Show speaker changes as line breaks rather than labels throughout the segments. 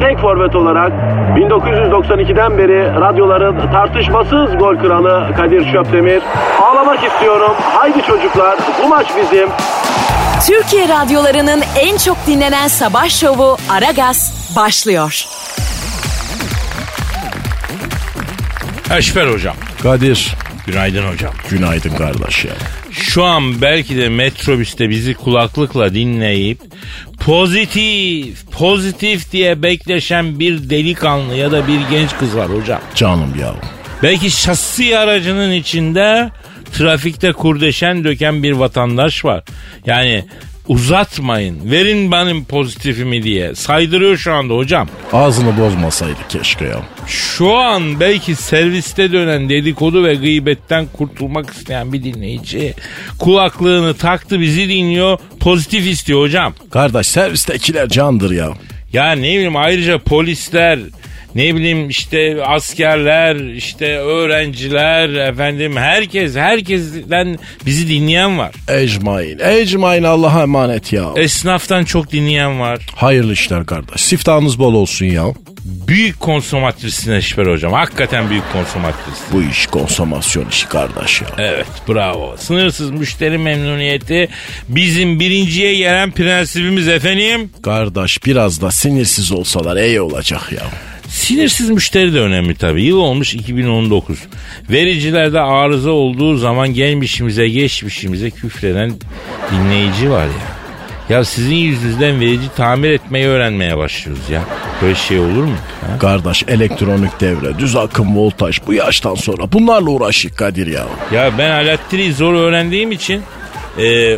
tek forvet olarak 1992'den beri radyoların tartışmasız gol kralı Kadir Şöpdemir. Ağlamak istiyorum. Haydi çocuklar bu maç bizim.
Türkiye radyolarının en çok dinlenen sabah şovu Aragaz başlıyor.
Eşber hocam.
Kadir.
Günaydın hocam.
Günaydın kardeş ya.
Şu an belki de metrobüste bizi kulaklıkla dinleyip pozitif, pozitif diye bekleşen bir delikanlı ya da bir genç kız var hocam.
Canım ya.
Belki şasi aracının içinde trafikte kurdeşen döken bir vatandaş var. Yani uzatmayın, verin benim pozitifimi diye saydırıyor şu anda hocam.
Ağzını bozmasaydı keşke ya.
Şu an belki serviste dönen dedikodu ve gıybetten kurtulmak isteyen bir dinleyici kulaklığını taktı bizi dinliyor pozitif istiyor hocam.
Kardeş servistekiler candır ya.
Ya ne bileyim ayrıca polisler ne bileyim işte askerler işte öğrenciler efendim herkes herkesten bizi dinleyen var.
Ecmain. Ecmain Allah'a emanet ya.
E- Esnaftan çok dinleyen var.
Hayırlı işler kardeş. Siftahınız bol olsun ya.
Büyük konsomatrissin Eşber hocam. Hakikaten büyük konsomatris.
Bu iş konsomasyon işi kardeş ya.
Evet bravo. Sınırsız müşteri memnuniyeti bizim birinciye gelen prensibimiz efendim.
Kardeş biraz da sinirsiz olsalar iyi olacak ya.
Sinirsiz müşteri de önemli tabii. Yıl olmuş 2019. Vericilerde arıza olduğu zaman gelmişimize geçmişimize küfreden dinleyici var ya. Ya sizin yüzünüzden verici tamir etmeyi öğrenmeye başlıyoruz ya. Böyle şey olur mu? Ha?
Kardeş elektronik devre, düz akım voltaj bu yaştan sonra bunlarla uğraşık Kadir ya.
Ya ben elektriği zor öğrendiğim için e,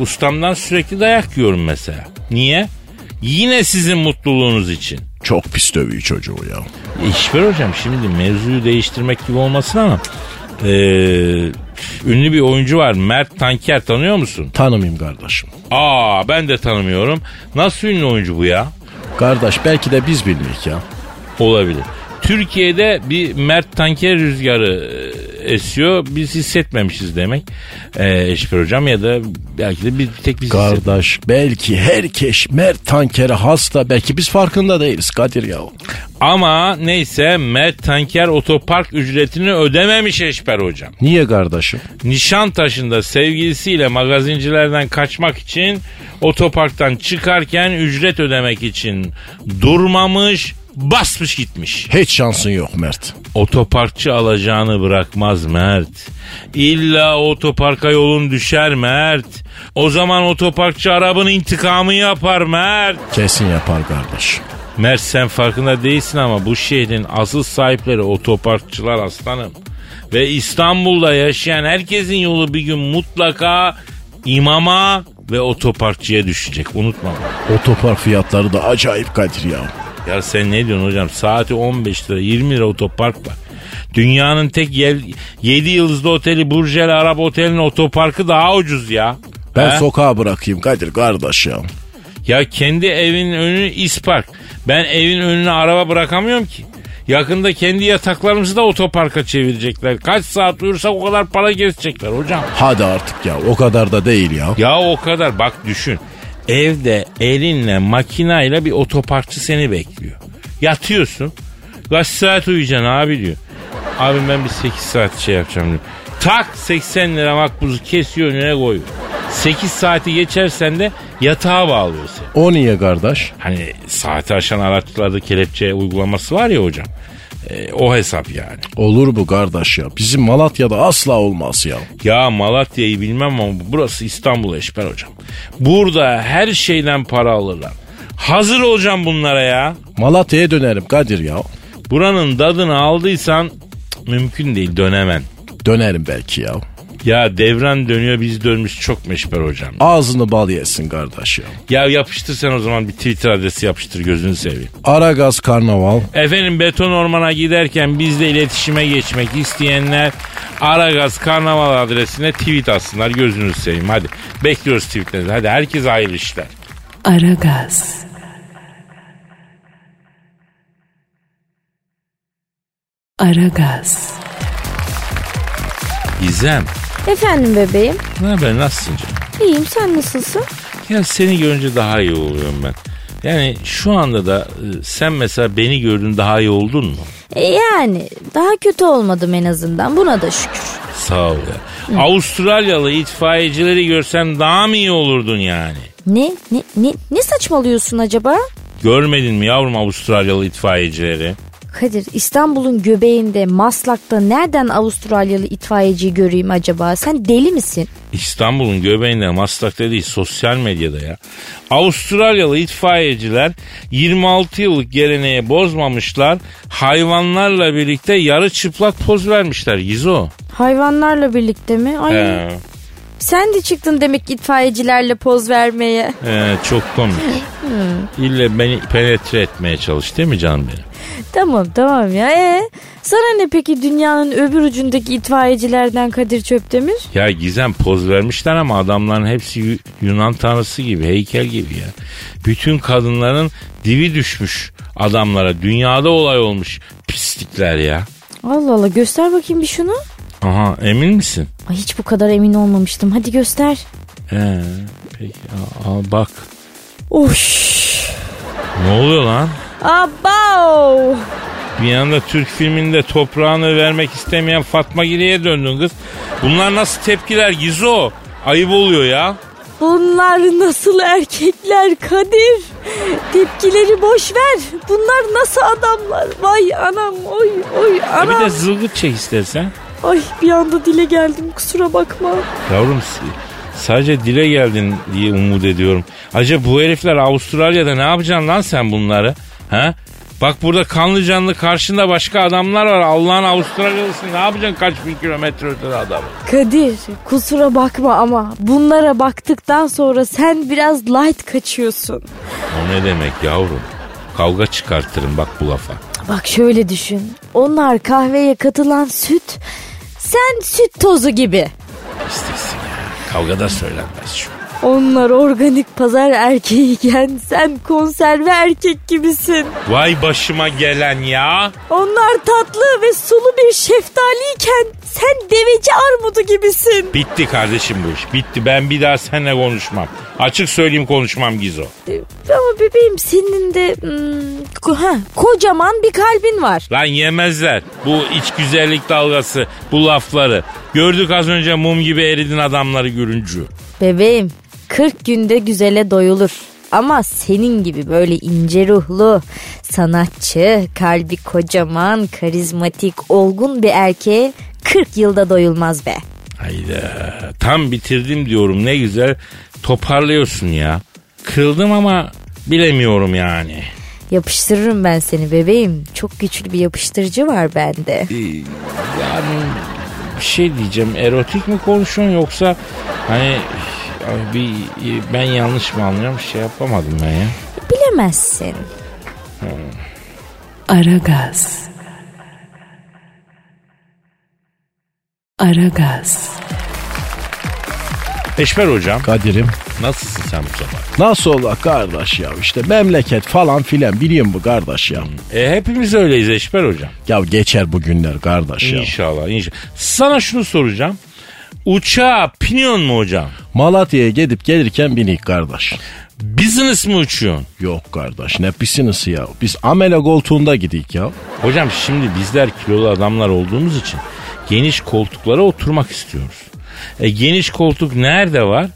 ustamdan sürekli dayak yiyorum mesela. Niye? Yine sizin mutluluğunuz için.
Çok pis dövüyor çocuğu ya.
İşver E, hocam şimdi mevzuyu değiştirmek gibi olmasın ama e, ünlü bir oyuncu var Mert Tanker tanıyor musun?
Tanımayayım kardeşim.
Aa ben de tanımıyorum. Nasıl ünlü oyuncu bu ya?
Kardeş belki de biz bilmiyoruz ya.
Olabilir. Türkiye'de bir Mert Tanker rüzgarı e, esiyor. Biz hissetmemişiz demek. Ee, Eşber hocam ya da belki de bir tek biz hissetmemişiz.
Kardeş belki herkes Mert Tanker'e hasta belki biz farkında değiliz Kadir ya.
Ama neyse Mert Tanker otopark ücretini ödememiş Eşber hocam.
Niye kardeşim?
Nişantaşı'nda sevgilisiyle magazincilerden kaçmak için otoparktan çıkarken ücret ödemek için durmamış basmış gitmiş.
Hiç şansın yok Mert.
Otoparkçı alacağını bırakmaz Mert. İlla otoparka yolun düşer Mert. O zaman otoparkçı Arap'ın intikamı yapar Mert.
Kesin yapar kardeş.
Mert sen farkında değilsin ama bu şehrin asıl sahipleri otoparkçılar aslanım. Ve İstanbul'da yaşayan herkesin yolu bir gün mutlaka imama ve otoparkçıya düşecek. Unutma. bunu.
Otopark fiyatları da acayip Kadir ya.
Ya sen ne diyorsun hocam? Saati 15 lira 20 lira otopark var. Dünyanın tek 7 yıldızlı oteli Burjel Arap Oteli'nin otoparkı daha ucuz ya.
Ben
He?
sokağa bırakayım Kadir kardeş ya.
Ya kendi evinin önü ispark. Ben evin önüne araba bırakamıyorum ki. Yakında kendi yataklarımızı da otoparka çevirecekler. Kaç saat uyursak o kadar para kesecekler hocam.
Hadi artık ya o kadar da değil ya.
Ya o kadar bak düşün. Evde elinle makinayla bir otoparkçı seni bekliyor. Yatıyorsun. Kaç saat uyuyacaksın abi diyor. Abi ben bir 8 saat şey yapacağım diyor. Tak 80 lira makbuzu kesiyor önüne koyuyor. 8 saati geçersen de yatağa bağlıyor seni.
O niye kardeş?
Hani saati aşan araçlarda kelepçe uygulaması var ya hocam. E, o hesap yani.
Olur bu kardeş ya. Bizim Malatya'da asla olmaz ya.
Ya Malatya'yı bilmem ama burası İstanbul Eşber hocam. Burada her şeyden para alırlar. Hazır olacağım bunlara ya.
Malatya'ya dönerim Kadir ya.
Buranın dadını aldıysan cık, Mümkün değil dönemen.
Dönerim belki ya.
Ya devran dönüyor biz dönmüş çok meşber hocam.
Ağzını bal yesin kardeş ya.
Ya yapıştır sen o zaman bir Twitter adresi yapıştır gözünü seveyim.
Aragaz Karnaval.
Efendim beton ormana giderken bizle iletişime geçmek isteyenler Aragaz Karnaval adresine tweet atsınlar gözünü seveyim hadi. Bekliyoruz tweetlerinizi hadi herkes hayırlı işler.
Aragaz. Aragaz.
Gizem
Efendim bebeğim.
ne haber nasılsın canım?
İyiyim sen nasılsın?
Ya seni görünce daha iyi oluyorum ben. Yani şu anda da e, sen mesela beni gördün daha iyi oldun mu?
E, yani daha kötü olmadım en azından buna da şükür.
Sağ ol ya. Avustralyalı itfaiyecileri görsen daha mı iyi olurdun yani?
Ne ne ne, ne saçmalıyorsun acaba?
Görmedin mi yavrum Avustralyalı itfaiyecileri?
Kadir İstanbul'un göbeğinde Maslak'ta nereden Avustralyalı itfaiyeciyi göreyim acaba? Sen deli misin?
İstanbul'un göbeğinde Maslak'ta değil sosyal medyada ya. Avustralyalı itfaiyeciler 26 yıllık geleneği bozmamışlar. Hayvanlarla birlikte yarı çıplak poz vermişler Gizo.
Hayvanlarla birlikte mi? Ay
He,
sen de çıktın demek ki itfaiyecilerle poz vermeye.
he, çok komik. İlle beni penetre etmeye çalış değil mi canım benim?
Tamam tamam ya. Ee, sana ne peki dünyanın öbür ucundaki itfaiyecilerden Kadir Çöpdemir?
Ya Gizem poz vermişler ama adamların hepsi Yu- Yunan tanrısı gibi, heykel gibi ya. Bütün kadınların divi düşmüş adamlara. Dünyada olay olmuş pislikler ya.
Allah Allah göster bakayım bir şunu.
Aha emin misin?
Ay hiç bu kadar emin olmamıştım. Hadi göster.
Ee, peki al, al bak.
Oş.
Ne oluyor lan?
Abav.
Bir anda Türk filminde toprağını vermek istemeyen Fatma Giri'ye döndün kız. Bunlar nasıl tepkiler Gizo? Ayıp oluyor ya.
Bunlar nasıl erkekler Kadir? Tepkileri boş ver. Bunlar nasıl adamlar? Vay anam oy oy
E bir
anam.
de zılgıt çek istersen.
Ay bir anda dile geldim kusura bakma.
Yavrum s- sadece dile geldin diye umut ediyorum. Acaba bu herifler Avustralya'da ne yapacaksın lan sen bunları? Ha? Bak burada kanlı canlı karşında başka adamlar var. Allah'ın Avustralyalısı ne yapacaksın kaç bin kilometre ötede adamı?
Kadir kusura bakma ama bunlara baktıktan sonra sen biraz light kaçıyorsun.
O ne demek yavrum? Kavga çıkartırım bak bu lafa.
Bak şöyle düşün. Onlar kahveye katılan süt. Sen süt tozu gibi.
İstesin ya. Kavgada söylenmez şu.
Onlar organik pazar erkeğiyken sen konserve erkek gibisin.
Vay başıma gelen ya.
Onlar tatlı ve sulu bir şeftaliyken sen deveci armudu gibisin.
Bitti kardeşim bu iş. Bitti. Ben bir daha seninle konuşmam. Açık söyleyeyim konuşmam Gizo.
Ama bebeğim senin de hmm, ko- ha, kocaman bir kalbin var.
Lan yemezler bu iç güzellik dalgası, bu lafları. Gördük az önce mum gibi eridin adamları görüncü.
Bebeğim 40 günde güzele doyulur. Ama senin gibi böyle ince ruhlu, sanatçı, kalbi kocaman, karizmatik, olgun bir erkeğe 40 yılda doyulmaz be.
Hayda tam bitirdim diyorum ne güzel toparlıyorsun ya. Kırıldım ama bilemiyorum yani.
Yapıştırırım ben seni bebeğim. Çok güçlü bir yapıştırıcı var bende.
Yani bir şey diyeceğim erotik mi konuşuyorsun yoksa hani ay bir ben yanlış mı anlıyorum şey yapamadım ben ya.
Bilemezsin.
Aragaz. Aragaz.
Eşber hocam
Kadir'im.
nasılsın sen bu sabah?
Nasıl ola kardeş ya işte memleket falan filan biliyor musun kardeş ya.
E, hepimiz öyleyiz Eşber hocam.
Ya geçer bu günler kardeş ya.
İnşallah inşallah. Sana şunu soracağım. Uçağa biniyorsun mu hocam?
Malatya'ya gidip gelirken binik kardeş.
Business mi uçuyorsun?
Yok kardeş ne pisinisi ya. Biz amele koltuğunda gidik ya.
Hocam şimdi bizler kilolu adamlar olduğumuz için geniş koltuklara oturmak istiyoruz. E, geniş koltuk nerede var?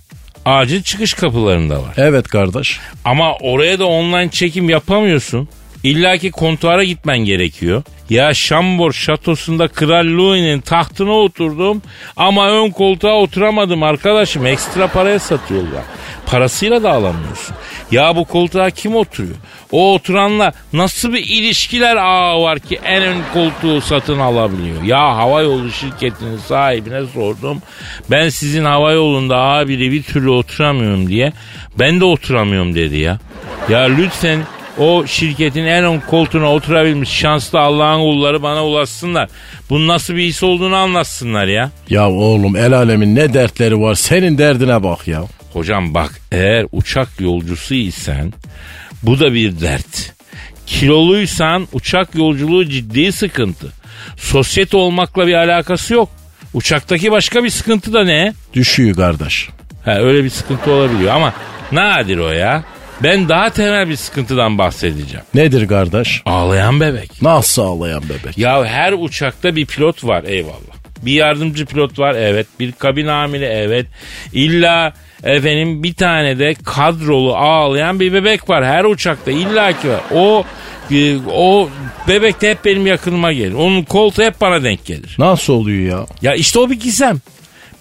Acil çıkış kapılarında var.
Evet kardeş.
Ama oraya da online çekim yapamıyorsun. İlla ki kontuara gitmen gerekiyor. Ya Şambor şatosunda Kral Louis'nin tahtına oturdum ama ön koltuğa oturamadım arkadaşım. Ekstra paraya satıyorlar. Parasıyla da alamıyorsun. Ya bu koltuğa kim oturuyor? O oturanla nasıl bir ilişkiler ağı var ki en ön koltuğu satın alabiliyor? Ya havayolu şirketinin sahibine sordum. Ben sizin havayolunda abiyle bir türlü oturamıyorum diye. Ben de oturamıyorum dedi ya. Ya lütfen o şirketin en ön koltuğuna oturabilmiş şanslı Allah'ın kulları bana ulaşsınlar. Bunun nasıl bir his olduğunu anlatsınlar ya.
Ya oğlum el alemin ne dertleri var senin derdine bak ya.
Hocam bak eğer uçak yolcusu isen bu da bir dert. Kiloluysan uçak yolculuğu ciddi sıkıntı. Sosyete olmakla bir alakası yok. Uçaktaki başka bir sıkıntı da ne?
Düşüyor kardeş.
Ha, öyle bir sıkıntı olabiliyor ama nadir o ya. Ben daha temel bir sıkıntıdan bahsedeceğim.
Nedir kardeş?
Ağlayan bebek.
Nasıl ağlayan bebek?
Ya her uçakta bir pilot var eyvallah. Bir yardımcı pilot var evet. Bir kabin amiri evet. İlla efendim bir tane de kadrolu ağlayan bir bebek var. Her uçakta illaki var. O e, o bebek de hep benim yakınıma gelir. Onun koltuğu hep bana denk gelir.
Nasıl oluyor ya?
Ya işte o bir gizem.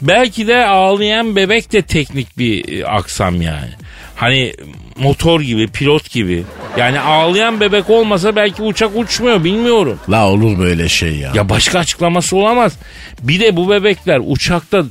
Belki de ağlayan bebek de teknik bir e, aksam yani. Hani motor gibi, pilot gibi. Yani ağlayan bebek olmasa belki uçak uçmuyor bilmiyorum.
La olur böyle şey ya.
Ya başka açıklaması olamaz. Bir de bu bebekler uçakta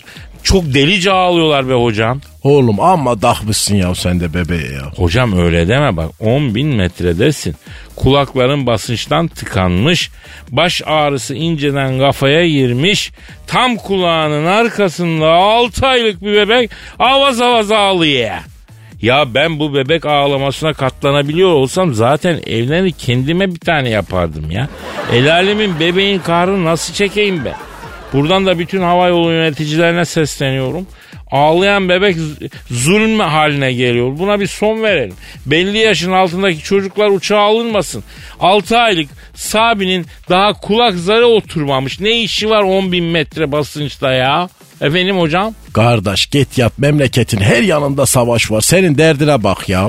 çok delice ağlıyorlar be hocam.
Oğlum amma takmışsın ya sen de bebeğe ya.
Hocam öyle deme bak 10 bin metredesin. Kulakların basınçtan tıkanmış. Baş ağrısı inceden kafaya girmiş. Tam kulağının arkasında 6 aylık bir bebek avaz avaz ağlıyor. Ya ben bu bebek ağlamasına katlanabiliyor olsam zaten evlenir kendime bir tane yapardım ya. El alemin bebeğin kahrını nasıl çekeyim ben? Buradan da bütün hava yolu yöneticilerine sesleniyorum. Ağlayan bebek z- zulm haline geliyor. Buna bir son verelim. Belli yaşın altındaki çocuklar uçağa alınmasın. 6 aylık Sabi'nin daha kulak zarı oturmamış. Ne işi var 10 bin metre basınçta ya? Efendim hocam?
Kardeş git yat memleketin her yanında savaş var. Senin derdine bak ya.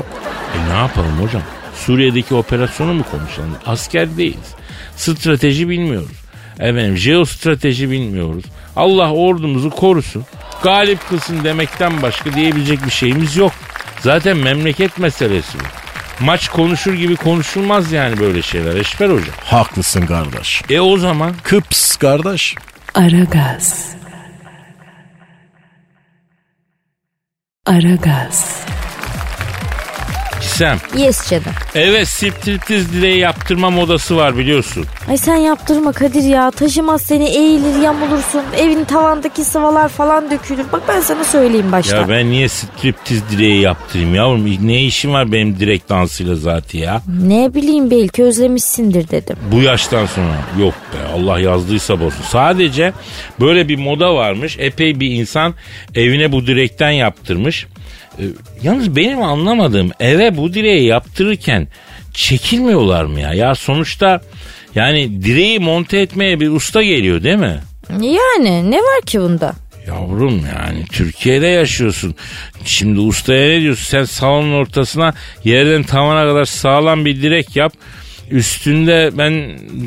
E ne yapalım hocam? Suriye'deki operasyonu mu konuşalım? Asker değiliz. Strateji bilmiyoruz. Efendim jeostrateji bilmiyoruz. Allah ordumuzu korusun. Galip kılsın demekten başka diyebilecek bir şeyimiz yok. Zaten memleket meselesi bu. Maç konuşur gibi konuşulmaz yani böyle şeyler Eşber hocam.
Haklısın kardeş.
E o zaman
Kıps kardeş.
Aragaz. Aragaz.
Gizem.
Yes canım.
Evet striptiz direği yaptırma modası var biliyorsun.
Ay sen yaptırma Kadir ya. Taşımaz seni eğilir yamulursun. Evin tavandaki sıvalar falan dökülür. Bak ben sana söyleyeyim baştan.
Ya ben niye striptiz direği yaptırayım yavrum? Ne işim var benim direkt dansıyla zaten ya?
Ne bileyim belki özlemişsindir dedim.
Bu yaştan sonra yok be Allah yazdıysa bozsun. Sadece böyle bir moda varmış. Epey bir insan evine bu direkten yaptırmış. Ee, yalnız benim anlamadığım eve bu direği yaptırırken çekilmiyorlar mı ya? Ya sonuçta yani direği monte etmeye bir usta geliyor değil mi?
Yani ne var ki bunda?
Yavrum yani Türkiye'de yaşıyorsun. Şimdi ustaya ne diyorsun? Sen salonun ortasına yerden tavana kadar sağlam bir direk yap. Üstünde ben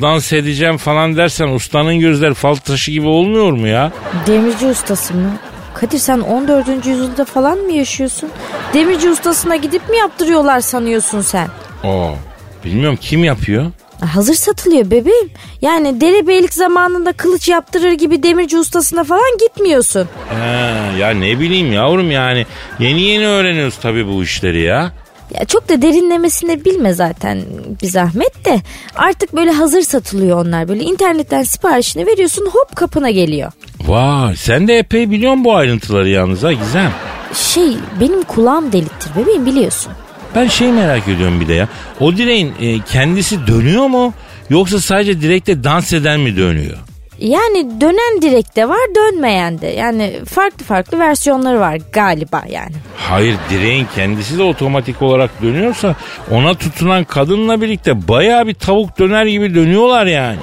dans edeceğim falan dersen ustanın gözleri fal taşı gibi olmuyor mu ya?
Demirci ustası mı? Kadir sen 14. yüzyılda falan mı yaşıyorsun? Demirci ustasına gidip mi yaptırıyorlar sanıyorsun sen?
Aa. Bilmiyorum kim yapıyor?
Hazır satılıyor bebeğim. Yani derebeylik zamanında kılıç yaptırır gibi demirci ustasına falan gitmiyorsun.
He, ya ne bileyim yavrum yani. Yeni yeni öğreniyoruz tabii bu işleri ya.
Ya çok da derinlemesine bilme zaten bir zahmet de. Artık böyle hazır satılıyor onlar. Böyle internetten siparişini veriyorsun hop kapına geliyor.
Vay sen de epey biliyorsun bu ayrıntıları yalnız ha Gizem.
Şey benim kulağım deliktir bebeğim biliyorsun.
Ben şey merak ediyorum bir de ya. O direğin e, kendisi dönüyor mu? Yoksa sadece direkte dans eden mi dönüyor?
Yani dönen direk de var dönmeyen de. Yani farklı farklı versiyonları var galiba yani.
Hayır direğin kendisi de otomatik olarak dönüyorsa ona tutunan kadınla birlikte bayağı bir tavuk döner gibi dönüyorlar yani.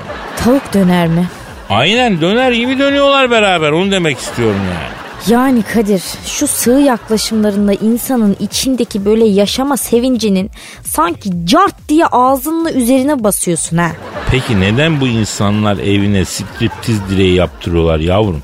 Tavuk döner mi?
Aynen döner gibi dönüyorlar beraber onu demek istiyorum yani.
Yani Kadir şu sığ yaklaşımlarında insanın içindeki böyle yaşama sevincinin sanki cart diye ağzının üzerine basıyorsun ha.
Peki neden bu insanlar evine striptiz direği yaptırıyorlar yavrum?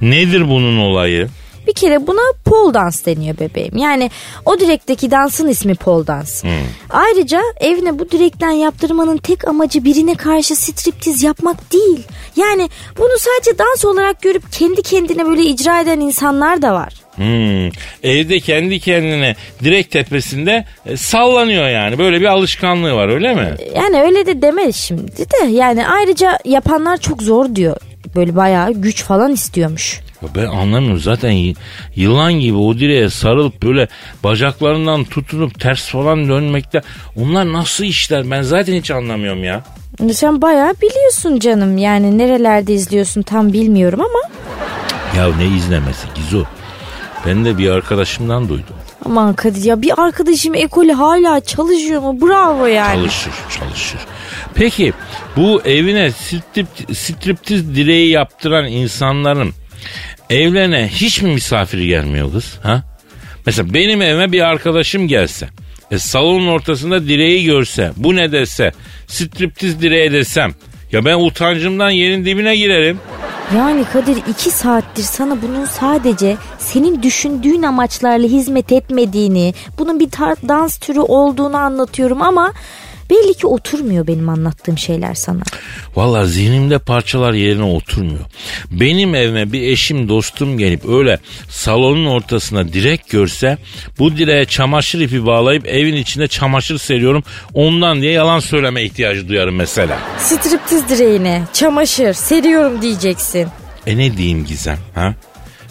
Nedir bunun olayı?
Bir kere buna pole dans deniyor bebeğim. Yani o direkteki dansın ismi pole dans. Ayrıca evine bu direkten yaptırmanın tek amacı birine karşı striptiz yapmak değil. Yani bunu sadece dans olarak görüp kendi kendine böyle icra eden insanlar da var.
Hmm. Evde kendi kendine direkt tepesinde e, sallanıyor yani. Böyle bir alışkanlığı var öyle mi?
Yani öyle de deme şimdi de yani ayrıca yapanlar çok zor diyor. Böyle bayağı güç falan istiyormuş.
Ya Ben anlamıyorum zaten y- yılan gibi o direğe sarılıp böyle bacaklarından tutunup ters falan dönmekte. Onlar nasıl işler ben zaten hiç anlamıyorum ya.
Sen bayağı biliyorsun canım yani nerelerde izliyorsun tam bilmiyorum ama
Ya ne izlemesi Gizu. Ben de bir arkadaşımdan duydum.
aman Kadir ya bir arkadaşım ekolü hala çalışıyor mu bravo yani.
Çalışır çalışır. Peki bu evine strip, striptiz direği yaptıran insanların evlerine hiç mi misafir gelmiyor kız? Ha? Mesela benim evime bir arkadaşım gelse. E, salonun ortasında direği görse. Bu ne dese. Striptiz direği desem. Ya ben utancımdan yerin dibine girerim.
Yani Kadir iki saattir sana bunun sadece senin düşündüğün amaçlarla hizmet etmediğini, bunun bir tar- dans türü olduğunu anlatıyorum ama belli ki oturmuyor benim anlattığım şeyler sana.
Valla zihnimde parçalar yerine oturmuyor. Benim evime bir eşim dostum gelip öyle salonun ortasına direk görse bu direğe çamaşır ipi bağlayıp evin içinde çamaşır seriyorum ondan diye yalan söyleme ihtiyacı duyarım mesela.
Striptiz direğine çamaşır seriyorum diyeceksin.
E ne diyeyim Gizem ha?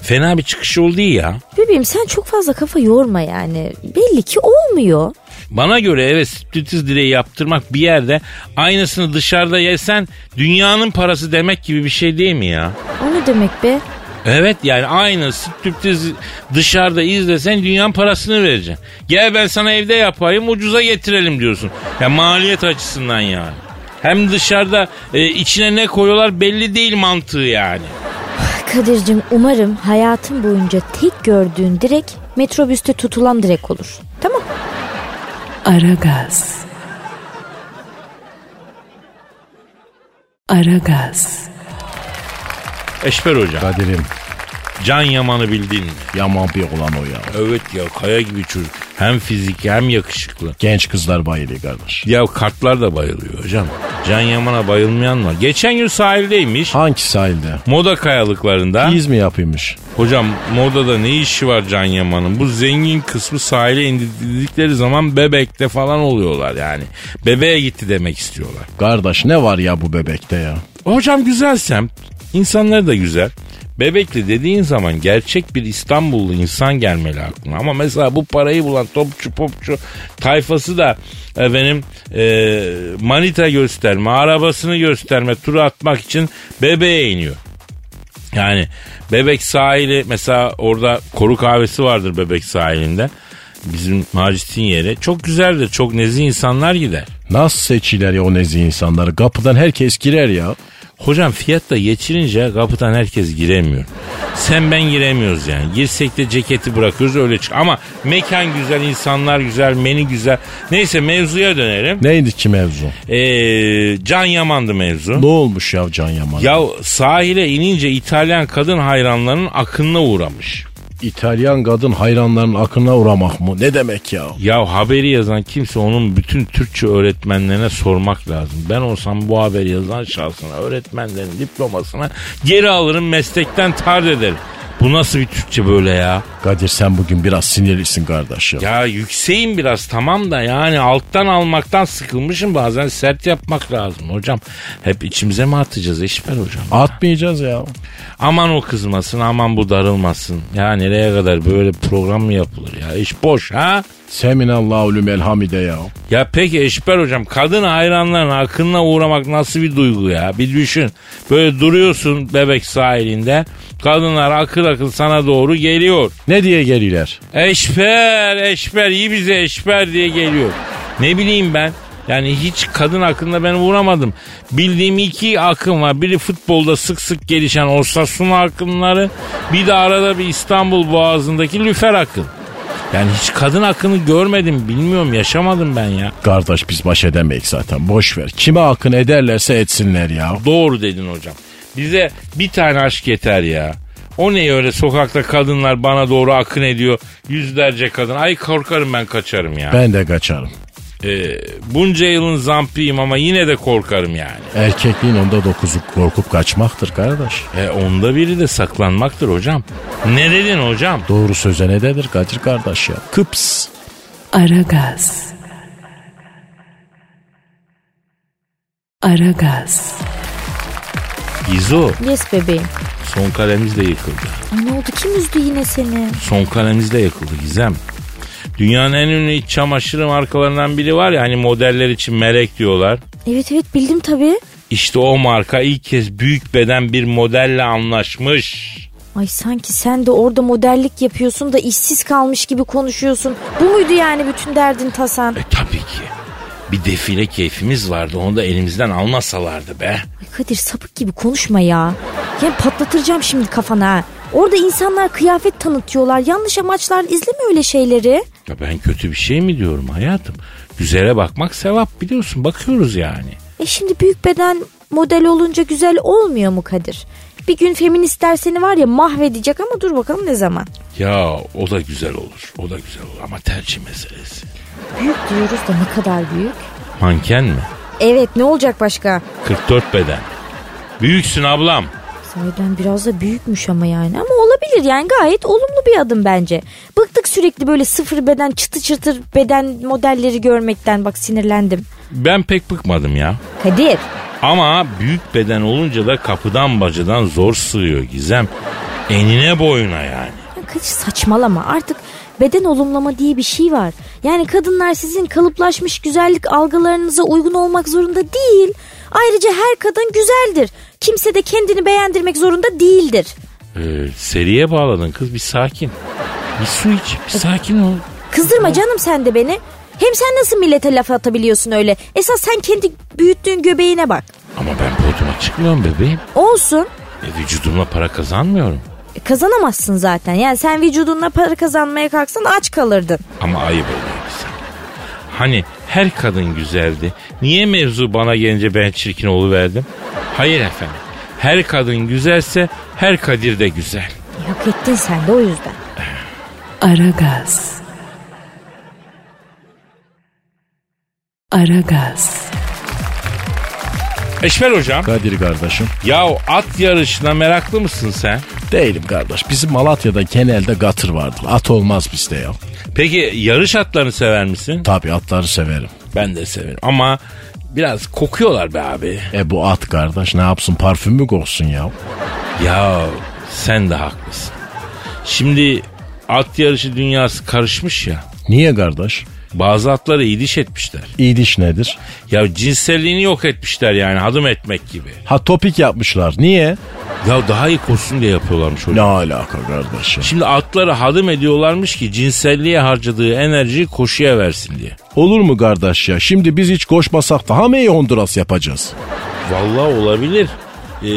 Fena bir çıkış oldu ya.
Bebeğim sen çok fazla kafa yorma yani. Belli ki olmuyor.
Bana göre evet striptiz direği yaptırmak bir yerde aynısını dışarıda yesen dünyanın parası demek gibi bir şey değil mi ya?
O ne demek be?
Evet yani aynı striptiz dışarıda izlesen dünyanın parasını vereceksin. Gel ben sana evde yapayım ucuza getirelim diyorsun. Ya maliyet açısından yani. Hem dışarıda e, içine ne koyuyorlar belli değil mantığı yani.
Kadir'cim umarım hayatın boyunca tek gördüğün direk metrobüste tutulan direk olur. Tamam.
Aragaz. Aragaz.
Eşber hocam.
Kadir'im
Can Yaman'ı bildin mi?
yaman bir olan o ya.
Evet ya kaya gibi çocuk. Hem fizik hem yakışıklı.
Genç kızlar bayılıyor kardeş.
Ya kartlar da bayılıyor hocam. Can Yaman'a bayılmayan var. Geçen gün sahildeymiş.
Hangi sahilde?
Moda kayalıklarında.
İz mi yapıyormuş?
Hocam modada ne işi var Can Yaman'ın? Bu zengin kısmı sahile indirdikleri zaman bebekte falan oluyorlar yani. Bebeğe gitti demek istiyorlar.
Kardeş ne var ya bu bebekte ya?
Hocam güzel semt. İnsanları da güzel. Bebekli dediğin zaman gerçek bir İstanbullu insan gelmeli aklına. Ama mesela bu parayı bulan topçu popçu tayfası da benim manita gösterme, arabasını gösterme, turu atmak için bebeğe iniyor. Yani Bebek sahili mesela orada koru kahvesi vardır Bebek sahilinde. Bizim Macit'in yeri. Çok güzeldir. Çok nezih insanlar gider.
Nasıl seçiler ya o nezih insanları? Kapıdan herkes girer ya.
Hocam fiyat da geçirince kapıdan herkes giremiyor. Sen ben giremiyoruz yani. Girsek de ceketi bırakıyoruz öyle çık. Ama mekan güzel, insanlar güzel, menü güzel. Neyse mevzuya dönelim.
Neydi ki mevzu?
Ee, Can Yaman'dı mevzu.
Ne olmuş ya Can Yaman?
Ya sahile inince İtalyan kadın hayranlarının akınına uğramış.
İtalyan kadın hayranların akına uğramak mı? Ne demek ya?
Ya haberi yazan kimse onun bütün Türkçe öğretmenlerine sormak lazım. Ben olsam bu haberi yazan şahsına, öğretmenlerin diplomasına geri alırım meslekten tard ederim. Bu nasıl bir Türkçe böyle ya?
Kadir sen bugün biraz sinirlisin kardeş ya.
Ya yükseğim biraz tamam da yani alttan almaktan sıkılmışım bazen sert yapmak lazım hocam. Hep içimize mi atacağız Eşber hocam?
Atmayacağız ya.
Aman o kızmasın aman bu darılmasın. Ya nereye kadar böyle program mı yapılır ya? İş boş ha?
Seminallahu lümel hamide ya.
Ya peki Eşber hocam kadın hayranların akınına uğramak nasıl bir duygu ya? Bir düşün. Böyle duruyorsun bebek sahilinde. Kadınlar akıl akıl sana doğru geliyor.
Ne diye geliler?
Eşber, eşber iyi bize eşber diye geliyor. Ne bileyim ben. Yani hiç kadın hakkında ben uğramadım. Bildiğim iki akım var. Biri futbolda sık sık gelişen Osasuna akımları. Bir de arada bir İstanbul Boğazı'ndaki Lüfer akım. Yani hiç kadın akını görmedim. Bilmiyorum yaşamadım ben ya.
Kardeş biz baş edemeyiz zaten boş ver. Kime akın ederlerse etsinler ya.
Doğru dedin hocam. Bize bir tane aşk yeter ya. O ne öyle sokakta kadınlar bana doğru akın ediyor. Yüzlerce kadın. Ay korkarım ben kaçarım ya.
Ben de kaçarım.
Ee, bunca yılın zampiyim ama yine de korkarım yani.
Erkekliğin onda dokuzu korkup kaçmaktır kardeş.
E, onda biri de saklanmaktır hocam. Ne dedin hocam?
Doğru söze ne denir Kadir kardeş ya? Kıps.
Aragaz. Aragaz.
İzo
Yes bebeğim.
son kalemiz de yıkıldı.
Ay ne oldu kim üzdü yine seni?
Son kalemiz de yakıldı Gizem. Dünyanın en ünlü iç çamaşırı markalarından biri var ya hani modeller için melek diyorlar.
Evet evet bildim tabii.
İşte o marka ilk kez büyük beden bir modelle anlaşmış.
Ay sanki sen de orada modellik yapıyorsun da işsiz kalmış gibi konuşuyorsun. Bu muydu yani bütün derdin tasan?
E tabii ki. Bir defile keyfimiz vardı onu da elimizden almasalardı be.
Ay Kadir sapık gibi konuşma ya. Ya patlatıracağım şimdi kafana. ha. Orada insanlar kıyafet tanıtıyorlar. Yanlış amaçlar izleme öyle şeyleri.
Ya ben kötü bir şey mi diyorum hayatım? Güzele bakmak sevap biliyorsun bakıyoruz yani.
E şimdi büyük beden model olunca güzel olmuyor mu Kadir? Bir gün feministler seni var ya mahvedecek ama dur bakalım ne zaman.
Ya o da güzel olur. O da güzel olur ama tercih meselesi.
Büyük diyoruz da ne kadar büyük.
Manken mi?
Evet ne olacak başka?
44 beden. Büyüksün ablam.
Sahiden biraz da büyükmüş ama yani. Ama olabilir yani gayet olumlu bir adım bence. Bıktık sürekli böyle sıfır beden çıtı çıtır beden modelleri görmekten bak sinirlendim.
Ben pek bıkmadım ya.
Kadir
Ama büyük beden olunca da kapıdan bacadan zor sığıyor Gizem. Enine boyuna yani.
Ya Kadir saçmalama artık beden olumlama diye bir şey var. Yani kadınlar sizin kalıplaşmış güzellik algılarınıza uygun olmak zorunda değil. Ayrıca her kadın güzeldir. Kimse de kendini beğendirmek zorunda değildir.
Ee, seriye bağladın kız bir sakin. Bir su iç bir sakin ol.
Kızdırma canım sen de beni. Hem sen nasıl millete laf atabiliyorsun öyle? Esas sen kendi büyüttüğün göbeğine bak.
Ama ben podyuma çıkmıyorum bebeğim.
Olsun.
E, vücudumla para kazanmıyorum.
E, Kazanamazsın zaten. Yani sen vücudunla para kazanmaya kalksan aç kalırdın.
Ama ayıp oluyor Gizem. Hani her kadın güzeldi. Niye mevzu bana gelince ben çirkin oluverdim? Hayır efendim. Her kadın güzelse her Kadir de güzel.
E, Hak ettin sen de o yüzden.
Aragaz. Aragaz.
Eşber hocam.
Kadir kardeşim.
Ya at yarışına meraklı mısın sen?
Değilim kardeş. Bizim Malatya'da genelde gatır vardır. At olmaz bizde ya.
Peki yarış atlarını sever misin?
Tabii atları severim.
Ben de severim ama biraz kokuyorlar be abi.
E bu at kardeş ne yapsın parfüm mü koksun ya?
Ya sen de haklısın. Şimdi at yarışı dünyası karışmış ya.
Niye kardeş?
Bazı atları idiş etmişler.
İyi diş nedir?
Ya cinselliğini yok etmişler yani hadım etmek gibi.
Ha topik yapmışlar. Niye?
Ya daha iyi koşsun diye yapıyorlarmış
Ne
hocam.
alaka kardeşim?
Şimdi atları hadım ediyorlarmış ki cinselliğe harcadığı enerjiyi koşuya versin diye.
Olur mu kardeş ya? Şimdi biz hiç koşmasak daha mı iyi Honduras yapacağız?
Vallahi olabilir. Ee,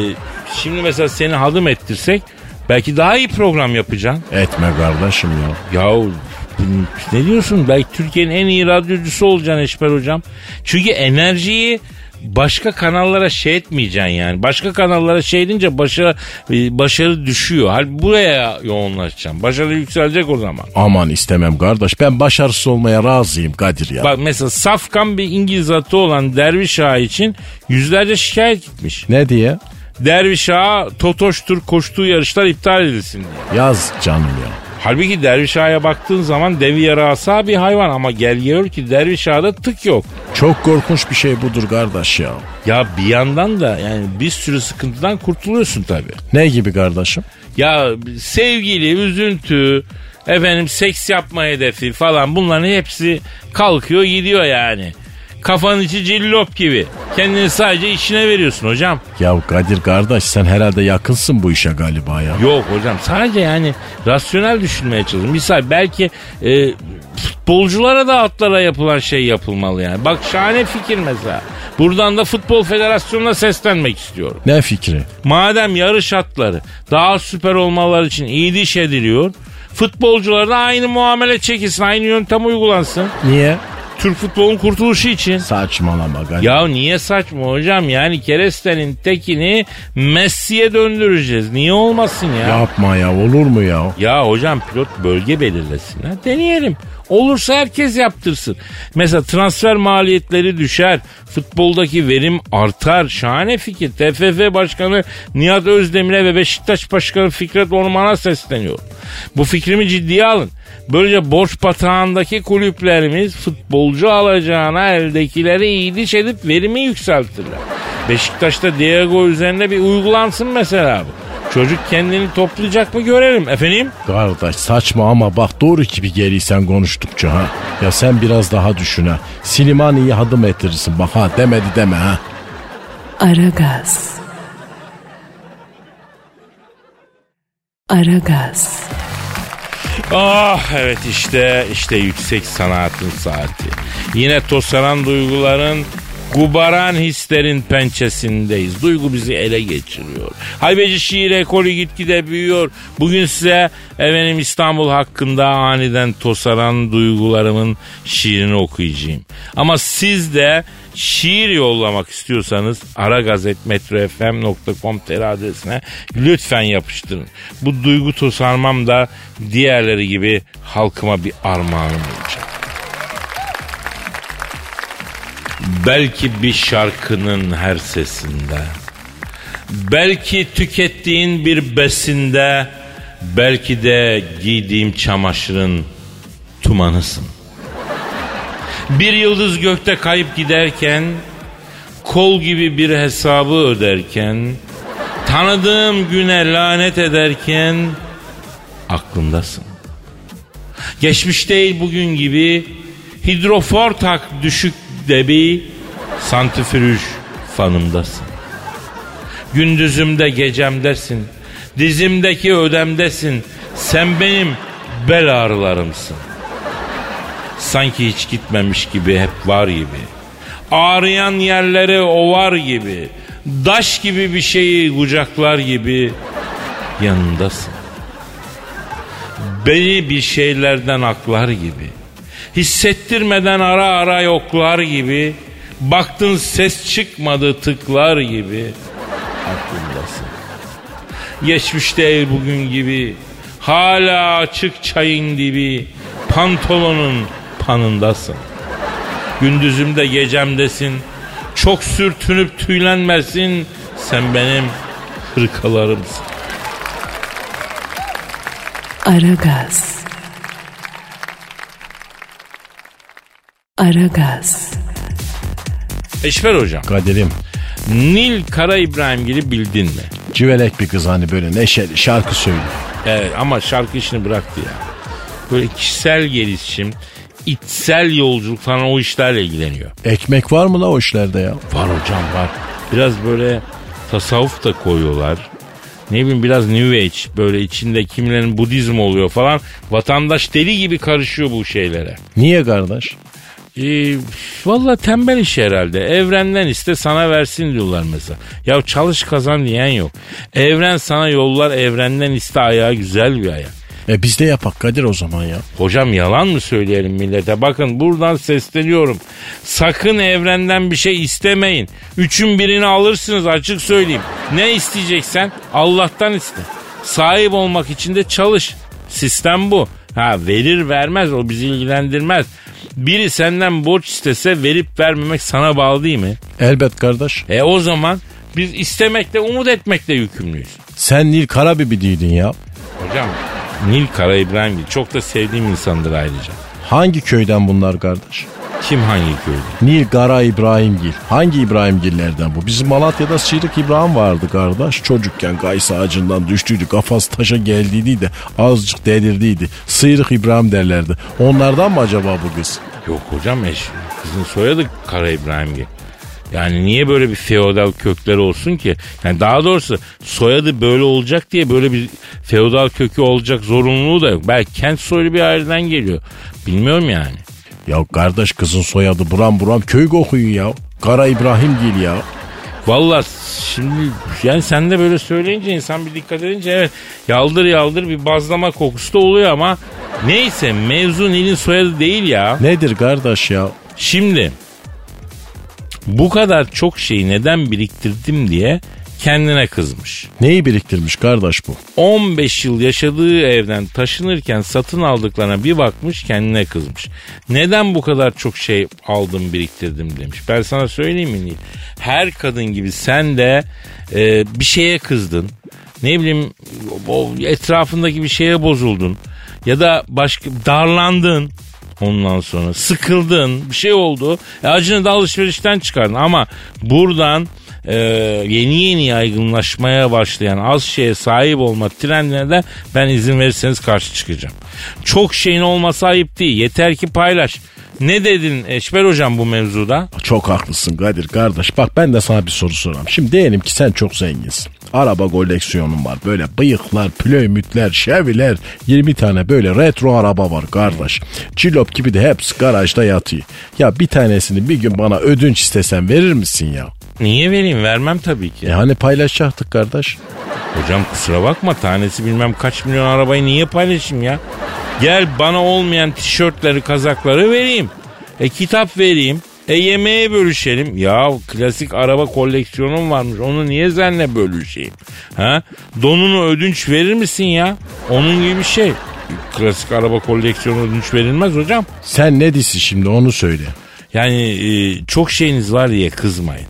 şimdi mesela seni hadım ettirsek belki daha iyi program yapacaksın.
Etme kardeşim ya.
Yahu bu- ne diyorsun? Belki Türkiye'nin en iyi radyocusu olacaksın Eşber Hocam. Çünkü enerjiyi başka kanallara şey etmeyeceksin yani. Başka kanallara şey edince başarı, e, başarı düşüyor. Halbuki buraya yoğunlaşacaksın. Başarı yükselecek o zaman.
Aman istemem kardeş. Ben başarısız olmaya razıyım Kadir ya.
Bak mesela safkan bir İngiliz atı olan Derviş Ağa için yüzlerce şikayet gitmiş.
Ne diye?
Derviş Ağa Totoş'tur koştuğu yarışlar iptal edilsin diye.
Yaz canım ya.
Halbuki derviş ağaya baktığın zaman devi yarasa bir hayvan ama gel gör ki derviş ağada tık yok.
Çok korkunç bir şey budur kardeş ya.
Ya bir yandan da yani bir sürü sıkıntıdan kurtuluyorsun tabii.
Ne gibi kardeşim?
Ya sevgili, üzüntü, efendim seks yapma hedefi falan bunların hepsi kalkıyor gidiyor yani. Kafanın içi cillop gibi. Kendini sadece işine veriyorsun hocam.
Ya Kadir kardeş sen herhalde yakınsın bu işe galiba ya.
Yok hocam sadece yani rasyonel düşünmeye çalışın. Misal belki e, futbolculara da atlara yapılan şey yapılmalı yani. Bak şahane fikir mesela. Buradan da Futbol Federasyonu'na seslenmek istiyorum.
Ne fikri?
Madem yarış atları daha süper olmaları için iyi diş ediliyor. Futbolculara da aynı muamele çekilsin, aynı yöntem uygulansın.
Niye?
Türk futbolun kurtuluşu için.
Saçmalama gari.
Ya niye saçma hocam yani kerestenin tekini Messi'ye döndüreceğiz. Niye olmasın ya? Ya,
Yapma ya olur mu ya?
hocam pilot bölge belirlesin. Ha, deneyelim. Olursa herkes yaptırsın. Mesela transfer maliyetleri düşer. Futboldaki verim artar. Şahane fikir. TFF Başkanı Nihat Özdemir'e ve Beşiktaş Başkanı Fikret Orman'a sesleniyorum. Bu fikrimi ciddiye alın. Böylece borç batağındaki kulüplerimiz futbolcu alacağına eldekileri iyiliş edip verimi yükseltirler. Beşiktaş'ta Diego üzerinde bir uygulansın mesela bu. Çocuk kendini toplayacak mı görelim efendim.
Kardeş saçma ama bak doğru gibi geliysen konuştukça ha. Ya sen biraz daha düşün ha. Silimani'yi hadım ettirirsin bak ha demedi deme ha.
Aragaz. Aragaz.
Ah evet işte işte yüksek sanatın saati. Yine tosaran duyguların gubaran hislerin pençesindeyiz. Duygu bizi ele geçiriyor. Haybeci şiir ekolü gitgide büyüyor. Bugün size efendim İstanbul hakkında aniden tosaran duygularımın şiirini okuyacağım. Ama siz de şiir yollamak istiyorsanız aragazetmetrofm.com.tr adresine lütfen yapıştırın. Bu duygu tosarmam da diğerleri gibi halkıma bir armağanım olacak. Belki bir şarkının her sesinde Belki tükettiğin bir besinde Belki de giydiğim çamaşırın tumanısın Bir yıldız gökte kayıp giderken Kol gibi bir hesabı öderken Tanıdığım güne lanet ederken Aklımdasın Geçmiş değil bugün gibi hidrofor tak düşük debi santifüj fanımdasın. Gündüzümde gecemdesin. Dizimdeki ödemdesin. Sen benim bel ağrılarımsın. Sanki hiç gitmemiş gibi hep var gibi. Ağrıyan yerleri ovar gibi. Daş gibi bir şeyi kucaklar gibi yanındasın beni bir şeylerden aklar gibi. Hissettirmeden ara ara yoklar gibi. Baktın ses çıkmadı tıklar gibi. Aklımdasın. Geçmiş değil bugün gibi. Hala açık çayın dibi. Pantolonun panındasın. Gündüzümde gecemdesin. Çok sürtünüp tüylenmesin. Sen benim hırkalarımsın.
Aragaz. Aragaz.
Eşber hocam.
Kadir'im
Nil Kara İbrahimgil'i bildin mi?
civelek bir kız hani böyle neşeli şarkı söylüyor.
Evet ama şarkı işini bıraktı ya. Böyle kişisel gelişim, içsel yolculuk falan o işlerle ilgileniyor.
Ekmek var mı la o işlerde ya?
Var hocam var. Biraz böyle tasavvuf da koyuyorlar. Ne bileyim biraz New Age böyle içinde kimilerin Budizm oluyor falan. Vatandaş deli gibi karışıyor bu şeylere.
Niye kardeş?
Ee, Valla tembel iş herhalde. Evrenden iste sana versin diyorlar mesela. Ya çalış kazan diyen yok. Evren sana yollar evrenden iste ayağı güzel bir ayak.
E biz de yapak Kadir o zaman ya.
Hocam yalan mı söyleyelim millete? Bakın buradan sesleniyorum. Sakın evrenden bir şey istemeyin. Üçün birini alırsınız açık söyleyeyim. Ne isteyeceksen Allah'tan iste. Sahip olmak için de çalış. Sistem bu. Ha verir vermez o bizi ilgilendirmez. Biri senden borç istese verip vermemek sana bağlı değil mi?
Elbet kardeş.
E o zaman biz istemekle umut etmekle yükümlüyüz.
Sen Nil Karabibi değildin ya.
Hocam Nil Kara İbrahimgil çok da sevdiğim insandır ayrıca.
Hangi köyden bunlar kardeş?
Kim hangi köyde?
Nil Kara İbrahimgil. Hangi İbrahimgillerden bu? Bizim Malatya'da Sıyrık İbrahim vardı kardeş. Çocukken kayısı ağacından düştüydü. Kafası taşa geldiydi de azıcık delirdiydi. Sıyrık İbrahim derlerdi. Onlardan mı acaba bu kız?
Yok hocam eş, kızın soyadı Kara İbrahimgil. Yani niye böyle bir feodal kökleri olsun ki? Yani daha doğrusu soyadı böyle olacak diye böyle bir feodal kökü olacak zorunluluğu da yok. Belki kent soylu bir aileden geliyor. Bilmiyorum yani.
Ya kardeş kızın soyadı buram buram köy kokuyor ya. Kara İbrahimgil ya.
Vallahi şimdi yani sen de böyle söyleyince insan bir dikkat edince evet yaldır yaldır bir bazlama kokusu da oluyor ama neyse mevzu Nil'in soyadı değil ya.
Nedir kardeş ya?
Şimdi bu kadar çok şeyi neden biriktirdim diye kendine kızmış.
Neyi biriktirmiş kardeş bu?
15 yıl yaşadığı evden taşınırken satın aldıklarına bir bakmış kendine kızmış. Neden bu kadar çok şey aldım biriktirdim demiş. Ben sana söyleyeyim mi Nil? Her kadın gibi sen de e, bir şeye kızdın. Ne bileyim o etrafındaki bir şeye bozuldun. Ya da başka darlandın. Ondan sonra sıkıldın bir şey oldu. E, acını da alışverişten çıkardın ama buradan e, yeni yeni yaygınlaşmaya başlayan az şeye sahip olma trendine de ben izin verirseniz karşı çıkacağım. Çok şeyin olması ayıp değil yeter ki paylaş. Ne dedin Eşber hocam bu mevzuda?
Çok haklısın Kadir kardeş. Bak ben de sana bir soru sorayım. Şimdi diyelim ki sen çok zenginsin. Araba koleksiyonun var. Böyle bıyıklar, plöymütler, şeviler. 20 tane böyle retro araba var kardeş. Cilop gibi de hepsi garajda yatıyor. Ya bir tanesini bir gün bana ödünç istesen verir misin ya?
Niye vereyim vermem tabii ki.
E hani paylaşacaktık kardeş?
Hocam kusura bakma tanesi bilmem kaç milyon arabayı niye paylaşayım ya? Gel bana olmayan tişörtleri kazakları vereyim. E kitap vereyim. E yemeğe bölüşelim. Ya klasik araba koleksiyonum varmış onu niye seninle bölüşeyim? Ha? Donunu ödünç verir misin ya? Onun gibi bir şey. Klasik araba koleksiyonu ödünç verilmez hocam.
Sen ne diyorsun şimdi onu söyle.
Yani e, çok şeyiniz var diye kızmayın.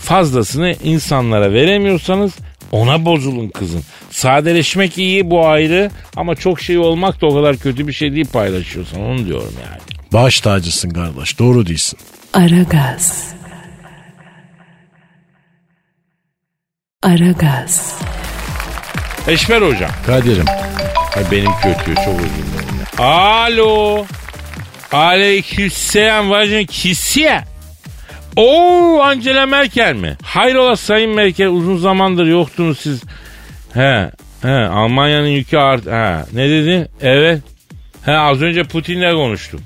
Fazlasını insanlara veremiyorsanız ona bozulun kızın. Sadeleşmek iyi bu ayrı ama çok şey olmak da o kadar kötü bir şey değil paylaşıyorsan onu diyorum yani.
Baş tacısın kardeş doğru diyorsun.
Aragaz. Aragaz.
Eşmer hocam.
Kadir'im
Ay benim kötü çok özür dilerim. ya. Alo. Aleykümselam vacın kisiye. Oo Angela Merkel mi? Hayrola Sayın Merkel uzun zamandır yoktunuz siz. He, he Almanya'nın yükü art. He, ne dedin? Evet. He az önce Putin'le konuştum.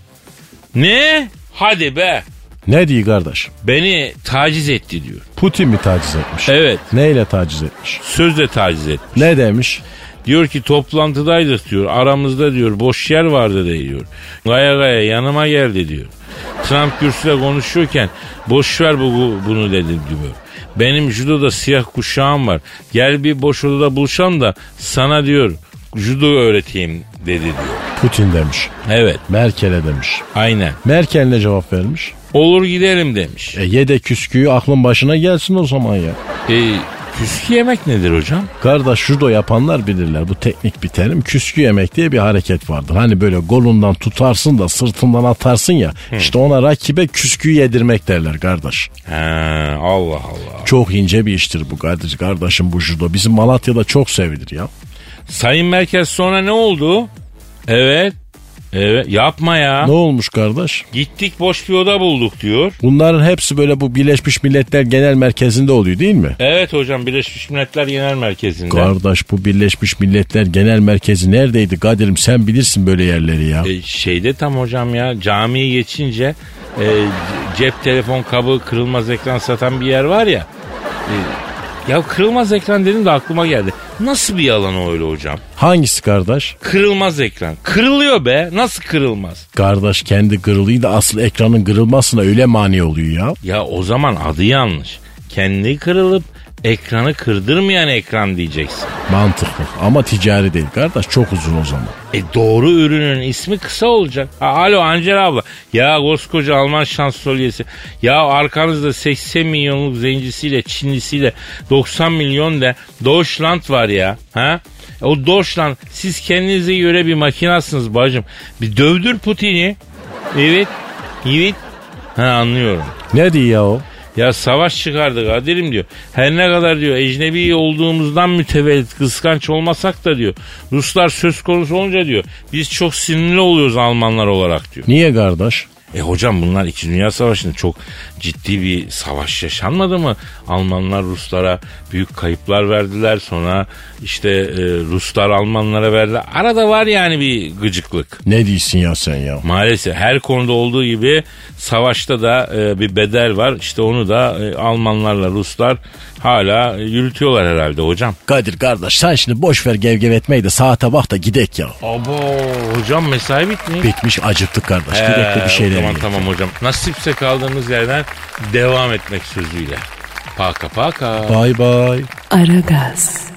Ne? Hadi be.
ne diyor kardeş?
Beni taciz etti diyor.
Putin mi taciz etmiş?
Evet.
Neyle taciz etmiş?
Sözle taciz etti.
Ne demiş?
Diyor ki toplantıdaydık diyor. Aramızda diyor boş yer vardı de diyor. Gaya gaya yanıma geldi diyor. Trump kürsüde konuşuyorken boş ver bu, bunu dedi diyor. Benim judoda siyah kuşağım var. Gel bir boş odada buluşalım da sana diyor judo öğreteyim dedi diyor.
Putin demiş.
Evet
Merkel'e demiş.
aynen.
Merkel ne cevap vermiş?
Olur gidelim demiş.
E ye de küsküyü aklın başına gelsin o zaman ya.
E, küskü yemek nedir hocam?
Kardeş judo yapanlar bilirler bu teknik bir terim. Küskü yemek diye bir hareket vardır. Hani böyle golundan tutarsın da sırtından atarsın ya. İşte ona rakibe küsküyü yedirmek derler kardeş.
He, Allah Allah.
Çok ince bir iştir bu kardeş. Kardeşim bu judo. Bizim Malatya'da çok sevilir ya.
Sayın Merkez sonra ne oldu? Evet. Evet yapma ya.
Ne olmuş kardeş?
Gittik boş bir oda bulduk diyor.
Bunların hepsi böyle bu Birleşmiş Milletler Genel Merkezi'nde oluyor değil mi?
Evet hocam Birleşmiş Milletler Genel Merkezi'nde.
Kardeş bu Birleşmiş Milletler Genel Merkezi neredeydi Kadir'im sen bilirsin böyle yerleri ya.
E, şeyde tam hocam ya camiye geçince e, cep telefon kabı kırılmaz ekran satan bir yer var ya. E, ya kırılmaz ekran dedim de aklıma geldi. Nasıl bir yalan o öyle hocam?
Hangisi kardeş?
Kırılmaz ekran. Kırılıyor be. Nasıl kırılmaz?
Kardeş kendi kırılıydı asıl ekranın kırılmasına öyle mani oluyor ya.
Ya o zaman adı yanlış. Kendi kırılıp ekranı kırdırmayan ekran diyeceksin.
Mantıklı ama ticari değil kardeş çok uzun o zaman.
E doğru ürünün ismi kısa olacak. Ha, alo Angela abla. Ya koskoca Alman şansölyesi. Ya arkanızda 80 milyonluk zencisiyle, Çinlisiyle 90 milyon de Deutschland var ya. Ha? E, O Deutschland siz kendinize göre bir makinasınız bacım. Bir dövdür Putin'i. Evet. Evet. Ha anlıyorum.
Ne diyor ya o?
Ya savaş çıkardı Kadir'im diyor. Her ne kadar diyor ecnebi olduğumuzdan mütevellit kıskanç olmasak da diyor. Ruslar söz konusu olunca diyor biz çok sinirli oluyoruz Almanlar olarak diyor.
Niye kardeş?
E hocam bunlar 2. Dünya Savaşı'nda çok ciddi bir savaş yaşanmadı mı? Almanlar Ruslara büyük kayıplar verdiler. Sonra işte e, Ruslar Almanlara verdiler. Arada var yani bir gıcıklık.
Ne diyorsun ya sen ya?
Maalesef her konuda olduğu gibi savaşta da e, bir bedel var. İşte onu da e, Almanlarla Ruslar hala e, yürütüyorlar herhalde hocam.
Kadir kardeş sen şimdi boş ver gevgev etmeyi de saate bak da gidek ya.
Abo hocam mesai bitmiyor.
Bitmiş acıktık kardeş. Gidek de bir şeyler
zaman
Peki.
Ee, tamam hocam. Nasipse kaldığımız yerden devam etmek sözüyle. Paka paka.
Bay bay.
Aragaz.